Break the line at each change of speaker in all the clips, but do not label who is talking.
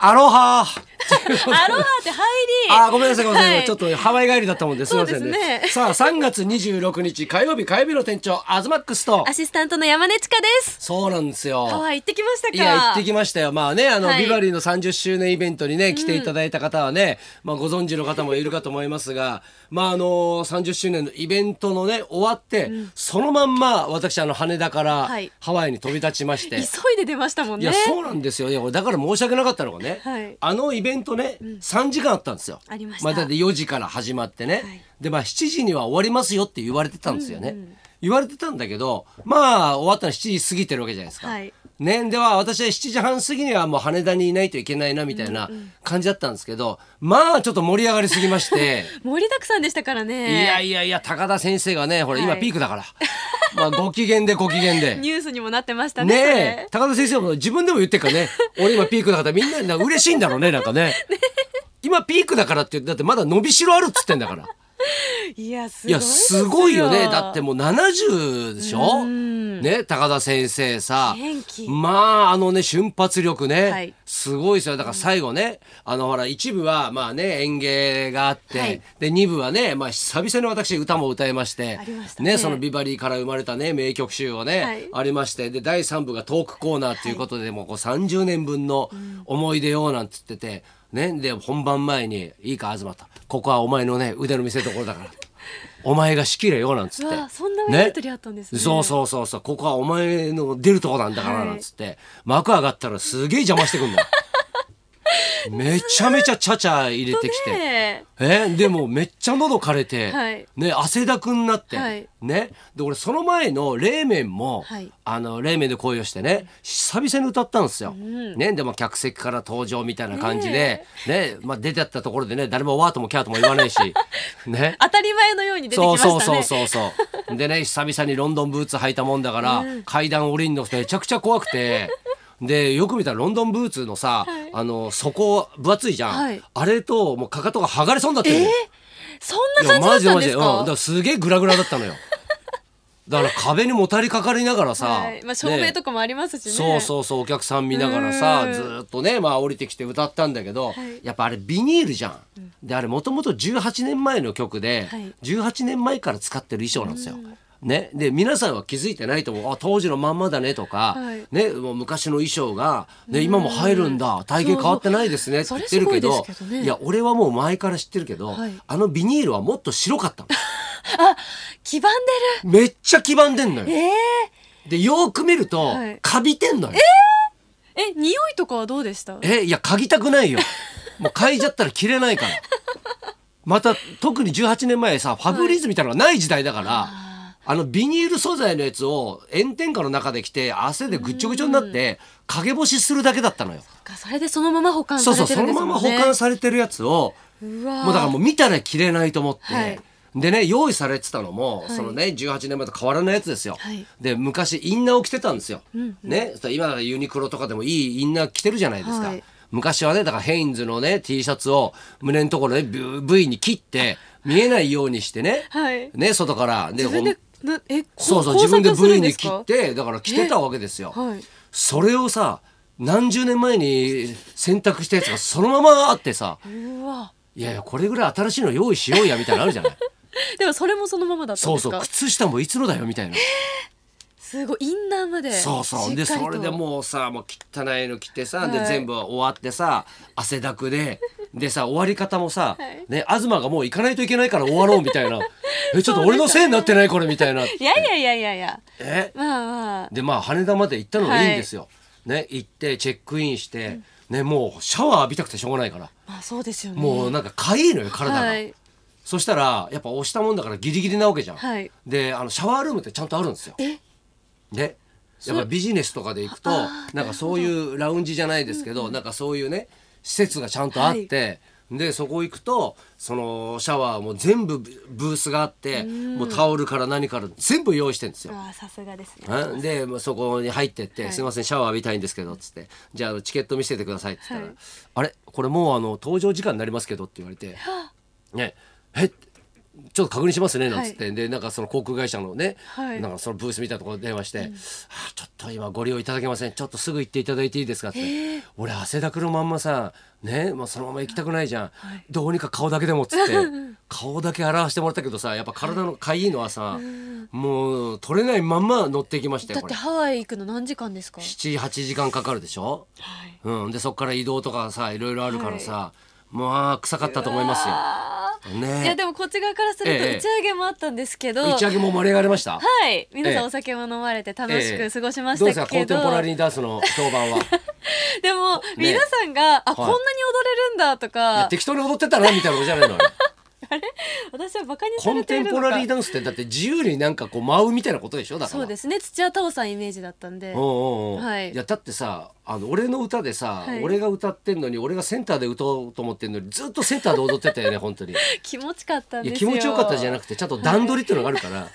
アロ ハ
アロハって入り。
あーごめんなさいごめんなさい、
はい
ちょっとハワイ帰りだったもんですすいません
そうですね
さあ3月26日火曜日火曜日の店長アズマックスと
アシスタントの山根千佳です。
そうなんですよ
ハワイ行ってきましたか。
いや行ってきましたよまあねあの、
はい
ビバリーの30周年イベントにね来ていただいた方はね、まあ、ご存知の方もいるかと思いますがまああの30周年のイベントのね終わって、そのまんま私あの羽田から
はい
ハワイに飛び立ちまして、
急いで出ましたもん
い
ね。
やそうなんですよいや俺だから申し訳なかったのがね、
はい
あのイベントね、3時間あったんですよ
ありました
あだって4時から始まってね、
い
でまあ7時には終わりますよって言われてたんですよね、言われてたんだけどまあ終わったの7時過ぎてるわけじゃないですか、
はい
ねでは私は7時半過ぎにはもう羽田にいないといけないなみたいな感じだったんですけど、まあちょっと盛り上がりすぎま して。
盛りだくさんでしたからね。
いやいやいや高田先生がねほら今
はい
ピークだから、まあご機嫌でご機嫌で
ニュースにもなってましたね。そ
ねえ
れ
高田先生も自分でも言ってるから ね俺今ピークだからみんななんか嬉しいんだろうねなんかね今ピークだからって言ってだってまだ伸びしろあるっつってんだから
いや、す
い
ごい
やすごいよねだって
も
もう70でしょ
うん
ね高田先生さ
元気
まああのね瞬発力ね、
はい
すごいですよだから最後ね、あのほら一部はまあね演芸があって、
はい
で二部はね、まあ、久々に私歌も歌いまして
ありました
ね
ね
そのビバリーから生まれたね名曲集をね、
はい
ありましてで第3部がトークコーナーということで、もうこう30年分の思い出をなんつってて、ね、で本番前に「いいか東とここはお前のね腕の見せ所だから」お前が仕切れよ」なんつって
うわそんなやりとりあったんですね
そうそうそうそうここはお前の出るとこなんだからなんつって、幕上がったらすげえ邪魔してく んだめちゃめちゃちゃちゃ入れてきて。
ね
えーでもめっちゃ喉枯れて、
はい
ね、汗だくになって、
はい
ね、で俺その前の冷麺も、
はい
あの冷麺で恋をしてね久々に歌ったんですよ、
ん
ね、でも客席から登場みたいな感じで、ねまあ、出てったところでね誰も「わ」とも「キャー」とも言わないし、 ね、
当たり前のように出てき
そ
ま
う
したね。
そうそうそうそうでね久々にロンドンブーツ履いたもんだから、階段降りるのめちゃくちゃ怖くてでよく見たらロンドンブーツのさ、あの底分厚いじゃん、
はい
あれともうかかとが剥がれそうになってるの、
そんな感じだったんです
うん、だ
か。
からすげえグラグラだったのよだから壁にもたれかかりながらさ、
はいまあ、照明
ね
とかもありますしね。
そうそうそうお客さん見ながらさ
うん
ずーっとねまあ降りてきて歌ったんだけど、
い
やっぱあれビニールじゃん。であれもともと18年前の曲で、
はい
18年前から使ってる衣装なんですよ。ね、で皆さんは気づいてないと思うあ当時のまんまだねとか、
はい
ね、もう昔の衣装が、ね、今も入るんだ体型変わってないですねって
そう
言ってるけど
それすごいですけどね
や俺はもう前から知ってるけど、
はい
あのビニールはもっと白かった
黄ばん
のめっちゃ黄ばんでんの
でる。
よ。
え
でよーく見ると、
はい
カビてんのよ。
ええ、匂いとかはどうでした。
えいや嗅ぎたくないよもう嗅いじゃったら切れないからまた特に18年前さファブリーズみたいなのがない時代だから、あのビニール素材のやつを炎天下の中で着て汗でぐっちょぐちょになって陰干しするだけだったのよ、
かそれでそのまま保管さ
そうそ
れ
う
て
そ
るん
の
ですも
ま
んね。
ま保管されてるやつを
うわー
もうだからもう見たら着れないと思って、
はい
でね用意されてたのも、
い
そのね18年前と変わらないやつですよ、
はい
で昔インナーを着てたんですよ、ねそしたら今はユニクロとかでもいいインナー着てるじゃないですか、
はい
昔はねだからヘインズのね T シャツを胸のところで V V に切って見えないようにしてね、
はい
ね外からで
自分
こう
でなえこ
そうそう
工
自分で
作をする
V
んで
に
す
切
か
ってだから着てたわけですよ、
はい。
それをさ何十年前に洗濯したやつがそのままあってさ
うわ。
いやいやこれぐらい新しいの用意しようやみたいなのあるじゃない
でもそれも そのままだったん
そ
で
う
す
そう
か。
靴下もいつのだよみたいな
すごいインナーまでしっか
そ
りと。
うそうでそれでもうさもう汚いの着てさ、で
はい
全部終わってさ汗だくででさ終わり方もさ、
はい
ね東がもう行かないといけないから終わろうみた いなえちょっと俺のせいになってないこれみたいな
いやいやいやいやいや。
え
まあまあ。
でまあ羽田まで行ったのがいいんですよ、ね行ってチェックインして、ねもうシャワー浴びたくてしょうがないから
まあそうですよね。
もうなんかかゆいのよ体が、
はい
そしたらやっぱ押したもんだからギリギリなわけじゃん、
はい
であのシャワールームってちゃんとあるんですよ
え
ねやっぱビジネスとかで行くとなんかそういうラウンジじゃないですけど、なんかそういうね施設がちゃんとあって、でそこ行くとそのシャワーも全部ブースがあってもうタオルから何から全部用意してんですよ。
ああさすがですね。
うんでまあそこに入ってって「
はい
すいませんシャワー浴びたいんですけど」っつって「じゃああのチケット見せてください」っつったら「
はい
あれこれもうあの登場時間になりますけど」って言われて「ねえちょっと確認しますねなんつって、でなんかその航空会社のね、
はい
なんかそのブースみたいなところに電話して、あーちょっと今ご利用いただけませんちょっとすぐ行っていただいていいですか」って、俺汗だくのまんまさね、まあ、そのまま行きたくないじゃん、どうにか顔だけでもっつって 顔だけ洗わしてもらったけどさやっぱ体のかいいのはさ、もう取れないまんま乗っていきましたよ
だっ
こ
て
れ
ハワイ行くの何時間ですか
78時間かかるでしょ、
はい
うん、でそこから移動とかさいろいろあるからさ、まあ臭かったと思います
あ
よ。ね
いやでもこっち側からすると
ええ
打ち上げもあったんですけど、
打ち上げも盛り上がりました。
はい皆
え
さ
え
んお酒も飲まれて楽し
ええ
く過ごしまし
どうです
た
か
け
コンテ
ど、
ンポラリーダンスの評判 は
でも皆さんが、あこんなに踊れるんだと
いや
か
適当に踊ってたなみたいなことじゃないの よ
私はバカにさ
コン
れ
テ
てい
ン
る
ポ
の
ラ
か
リーダンスってだって自由になんかこう舞うみたいなことでしょだから
そうですね土屋太鳳さんイメージだったんで
おうおうおう
はい
いやだってさあの俺の歌でさ、
はい
俺が歌ってんのに俺がセンターで歌おうと思ってんのにずっとセンターで踊ってたよね本 当にい
気持ちかったんで
や
すよ
気持ちよかったじゃな
く
くてちゃんと段取りっていうのがあるから、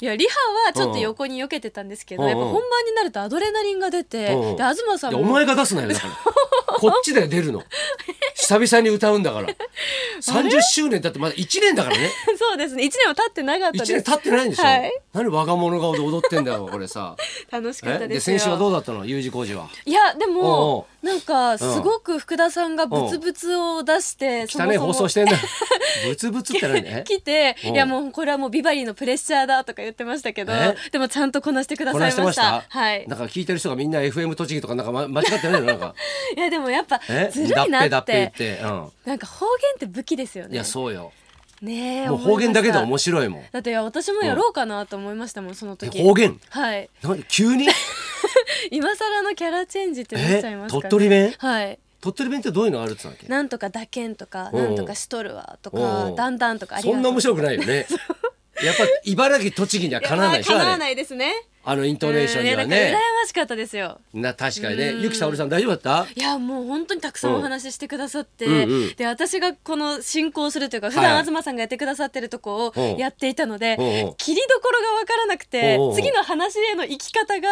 いやリハはちょっと横に避けてたんですけど、
うんうん
やっぱ本番になるとアドレナリンが出て、
うんうん
で東さん
いや
も
お前が出すなよだ からこっちで出るの久々に歌うんだ から30周年だってまだ1年だからね
そうですね1年は経ってなかっ
1
たで
年
す
経ってないんでしょ、
はい
何我が物顔で踊ってんだよこれさ
楽しかっ
え
た
で
ですよ
先週はどうだったの U 字工事はい
やで
おうお
もなんかすごく福田さんがブツブツを出してそ
汚
も
い
そも
放送してん だブツブツって何ね
来て
おう
いやもうこれはもうビバリーのプレッシャーだとか言ってましたけど
え
でもちゃんとこなしてくだ
こ
さいま
な
し
したてました、
はい
なんか聞いてる人がみんな FM 栃木とかなんか、ま、間違ってないのなん か
いやでもやっぱ
え
ずるい
だ
なっ
っぺだってぺ言って、
なんか方言って武器ですよ
うん、い
ね
やそうよ
ねえ
もう方言だけで
思いま
面
し
白いもん
ただっていや私もやろうかなと思いましたもんその
え
時
方言
はい
何急 に
今更のキャラチェンジってなっちゃい
え
ますか
鳥取
ね
弁
はい
鳥取弁ってどういうのあるって言ってたっ
なんとかだけんとか
おうおう
なんとかしとるわと
おう
か
おう
だんだんとかあ
け
り
そ
がとうん
な面白くないよねやっぱ茨城栃木にはかなわないでしょ
やまあ叶
あ
わ
れ
ないですね。
あのイントネーションには
うんいやだ
ね
から羨ましかったですよ。
な確かにねゆきさおりさん大丈夫だった
いやもう本当にたくさんお話ししてくださって、
うんうんうん
で私がこの進行するというか普
は
段
い
東さんがやってくださってるとこ
お
を
う
やっていたので、
おうおう
切りどころが分からなくて
おうおう
次の話への行き方
おうお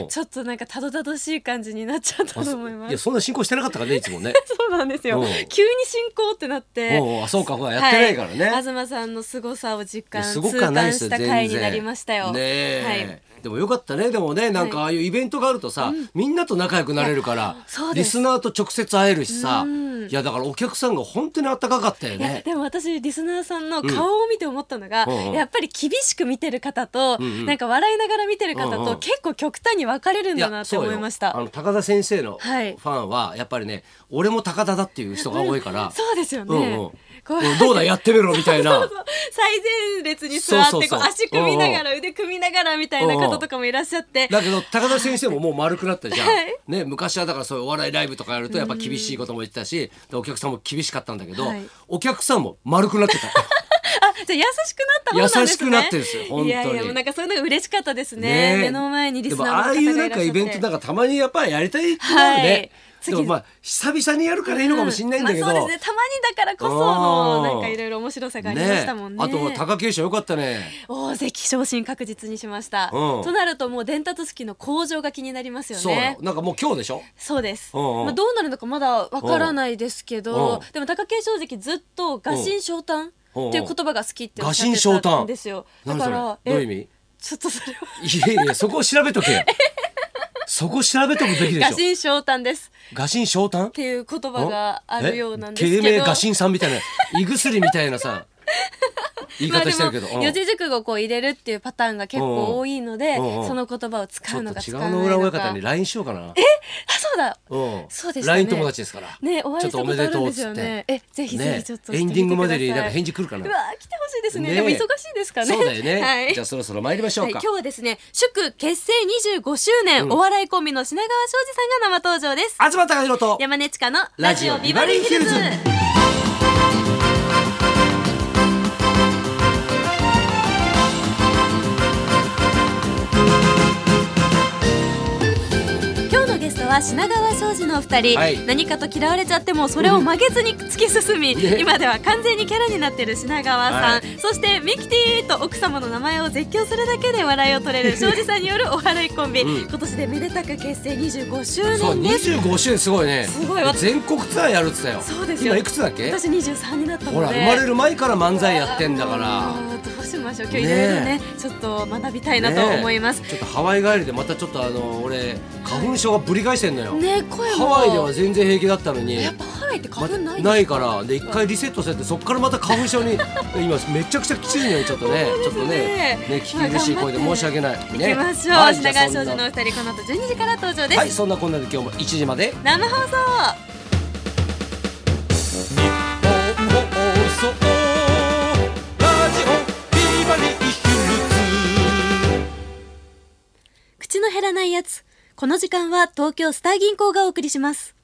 が
う
ちょっとなんかたどたどしい感じになっちゃった
あ
と
そ
思いま
いや
す。
そんな進行してなかったからねいつも ね
そうなんです
お
よ
う
急に進行ってなって
おうおうあそうかそうかやってないからね、
はい、東さんの凄さを実
いや
感
す
痛
ごくはないで
感
す
し
よ
た
全然
回になりましたよ。
ねえ、
はい
でもよかったねでもねなんかああいうイベントがあるとさ、みんなと仲良くなれるから
そうで
リ
す
スナーと直接会えるしさ、
うん
いやだからお客さんが本当にあったかかったよ
いや
ね。
でも私リスナーさんの顔を見て思ったのが、
うんうん
やっぱり厳しく見てる方と、
んうん
なんか笑いながら見てる方
うんう
と
ん
結構極端に分かれるん
い
だなって
そう
思
よ
いました。
あの高田先生のフ
はい
ァンはやっぱりね、俺も高田だっていう人が多いから、
そうですよね。
うんうん
こう
うんどうだやってみろみたいな。
最前列に座って
そうそう
こ
そう
う足組みながら腕組みながらみたいな方とかもいらっしゃって、
だけど高田先生ももう丸くなったじゃん、
はい
ね、昔はだからそういうお笑いライブとかやるとやっぱ厳しいことも言ってたし、でお客さんも厳しかったんだけど、
はい
お客さんも丸くなってた。
あじゃあ優しくなった方なんですね。
優しくなってるんですよ本当に
いやいやもうなんかそういうのが嬉しかったです ね。
ねえ
目の前にリスナーの方
でもああ
が
い
いうら
な
っ
ん
しゃっ
か
て。
イベントなんかたまにやっぱりやりたいってなるね、
はい
でもまあ久々にやるからいいのかもしれないんだけど、
まあ、そうですねたまにだからこその
うん
なんかいろいろ面白さがありましたもんね
あと貴景勝よかったね
大関昇進確実にしました、
うん
となるともう伝達式の向上が気になりますよ
そうな
ね
のなんかもう今日でしょ
そうです、
うんうん
まあ、どうなるのかまだわからないですけど、
うん
でも貴景勝関ずっと「臥薪嘗胆」っていう言葉が好きっておっしゃ
臥
って
薪嘗
た
胆
んですよだ
何
か
それ
ら
どういう意味
ちょっとそれはい
やいやそこを調べと けよそこ調べとくべきで
「臥
しょ
薪嘗胆」です
ガシン昇胆
っていう言葉があるようなんで
え
す
芸
け
名
ど
ガシンさんみたいな胃薬みたいな さ言い
まあ
方
で
してるけど、
も
うん
四字熟語をこう入れるっていうパターンが結構多いので、
うんうんうん
その言葉を使
ちょ
う
っ
の
と
か
違
使
う
わない
の
のか。
裏親方に LINE しようかな
あそうだ。
うん
そうでしたね
LINE 友達ですから
ねお会いしたことあるんですよね。えぜひぜひちょっとして
エンデ
み
ィ
て
ング
くだ
ま
さ
で
い。
になんか返事来るかな
うわ来てほしいですね
ねえ
でも忙しいですかね。
そうだよね、
はい。
じゃあそろそろ参りましょ
は
う
い、
か
今日はですね祝結成25周年、
うん
お笑いコンビの品川庄司さんが生登場です
東貴博と
山根千佳の
ラ
ラ
ジ
ジ
オ
オ
ビ
ビ
バ
バ
リ
リ
ー
ー
ヒ
ヒ
ル
ル
ズ
ズ今日のゲストはは品川庄司のお二人、
はい
何かと嫌われちゃってもそれを曲げずに突き進 み、
ね
今では完全にキャラになってる品川さん、
は
そしてミキティと奥様の名前を絶叫するだけで笑いを取れる庄司さんによるお笑いコンビ、
うん
今年でめでたく結成25周
そう
年です
25周年すごいね
すごい私
全国ツアーやるって言ってたよ
そうですよ
今いくつだっけ
私23になったので
ほら生まれる前から漫才やってんだから
あーどうしましょう今日いろいろね
ね
ちょっと学びたいなと思います
ねえちょっとハワイ帰りでまたちょっとあの俺花粉症がぶり返してんのよ、
ね声も
ハワイでは全然平気だったのに
やっぱハワイって
ま
花粉ないんです
ないからで一回リセットされてそこからまた花粉症に 今めちゃくちゃきついのよちょっとねちょっとねね聞き苦しい声で申し訳ない、
行
ね
きましょう、
はい
品川
じゃ
少
あそ
女
ん
の
な
お二人この後12時から登場です、
はいそんなこんなで今日も1時まで
生放送口の減らないやつこの時間は東京スター銀行がお送りします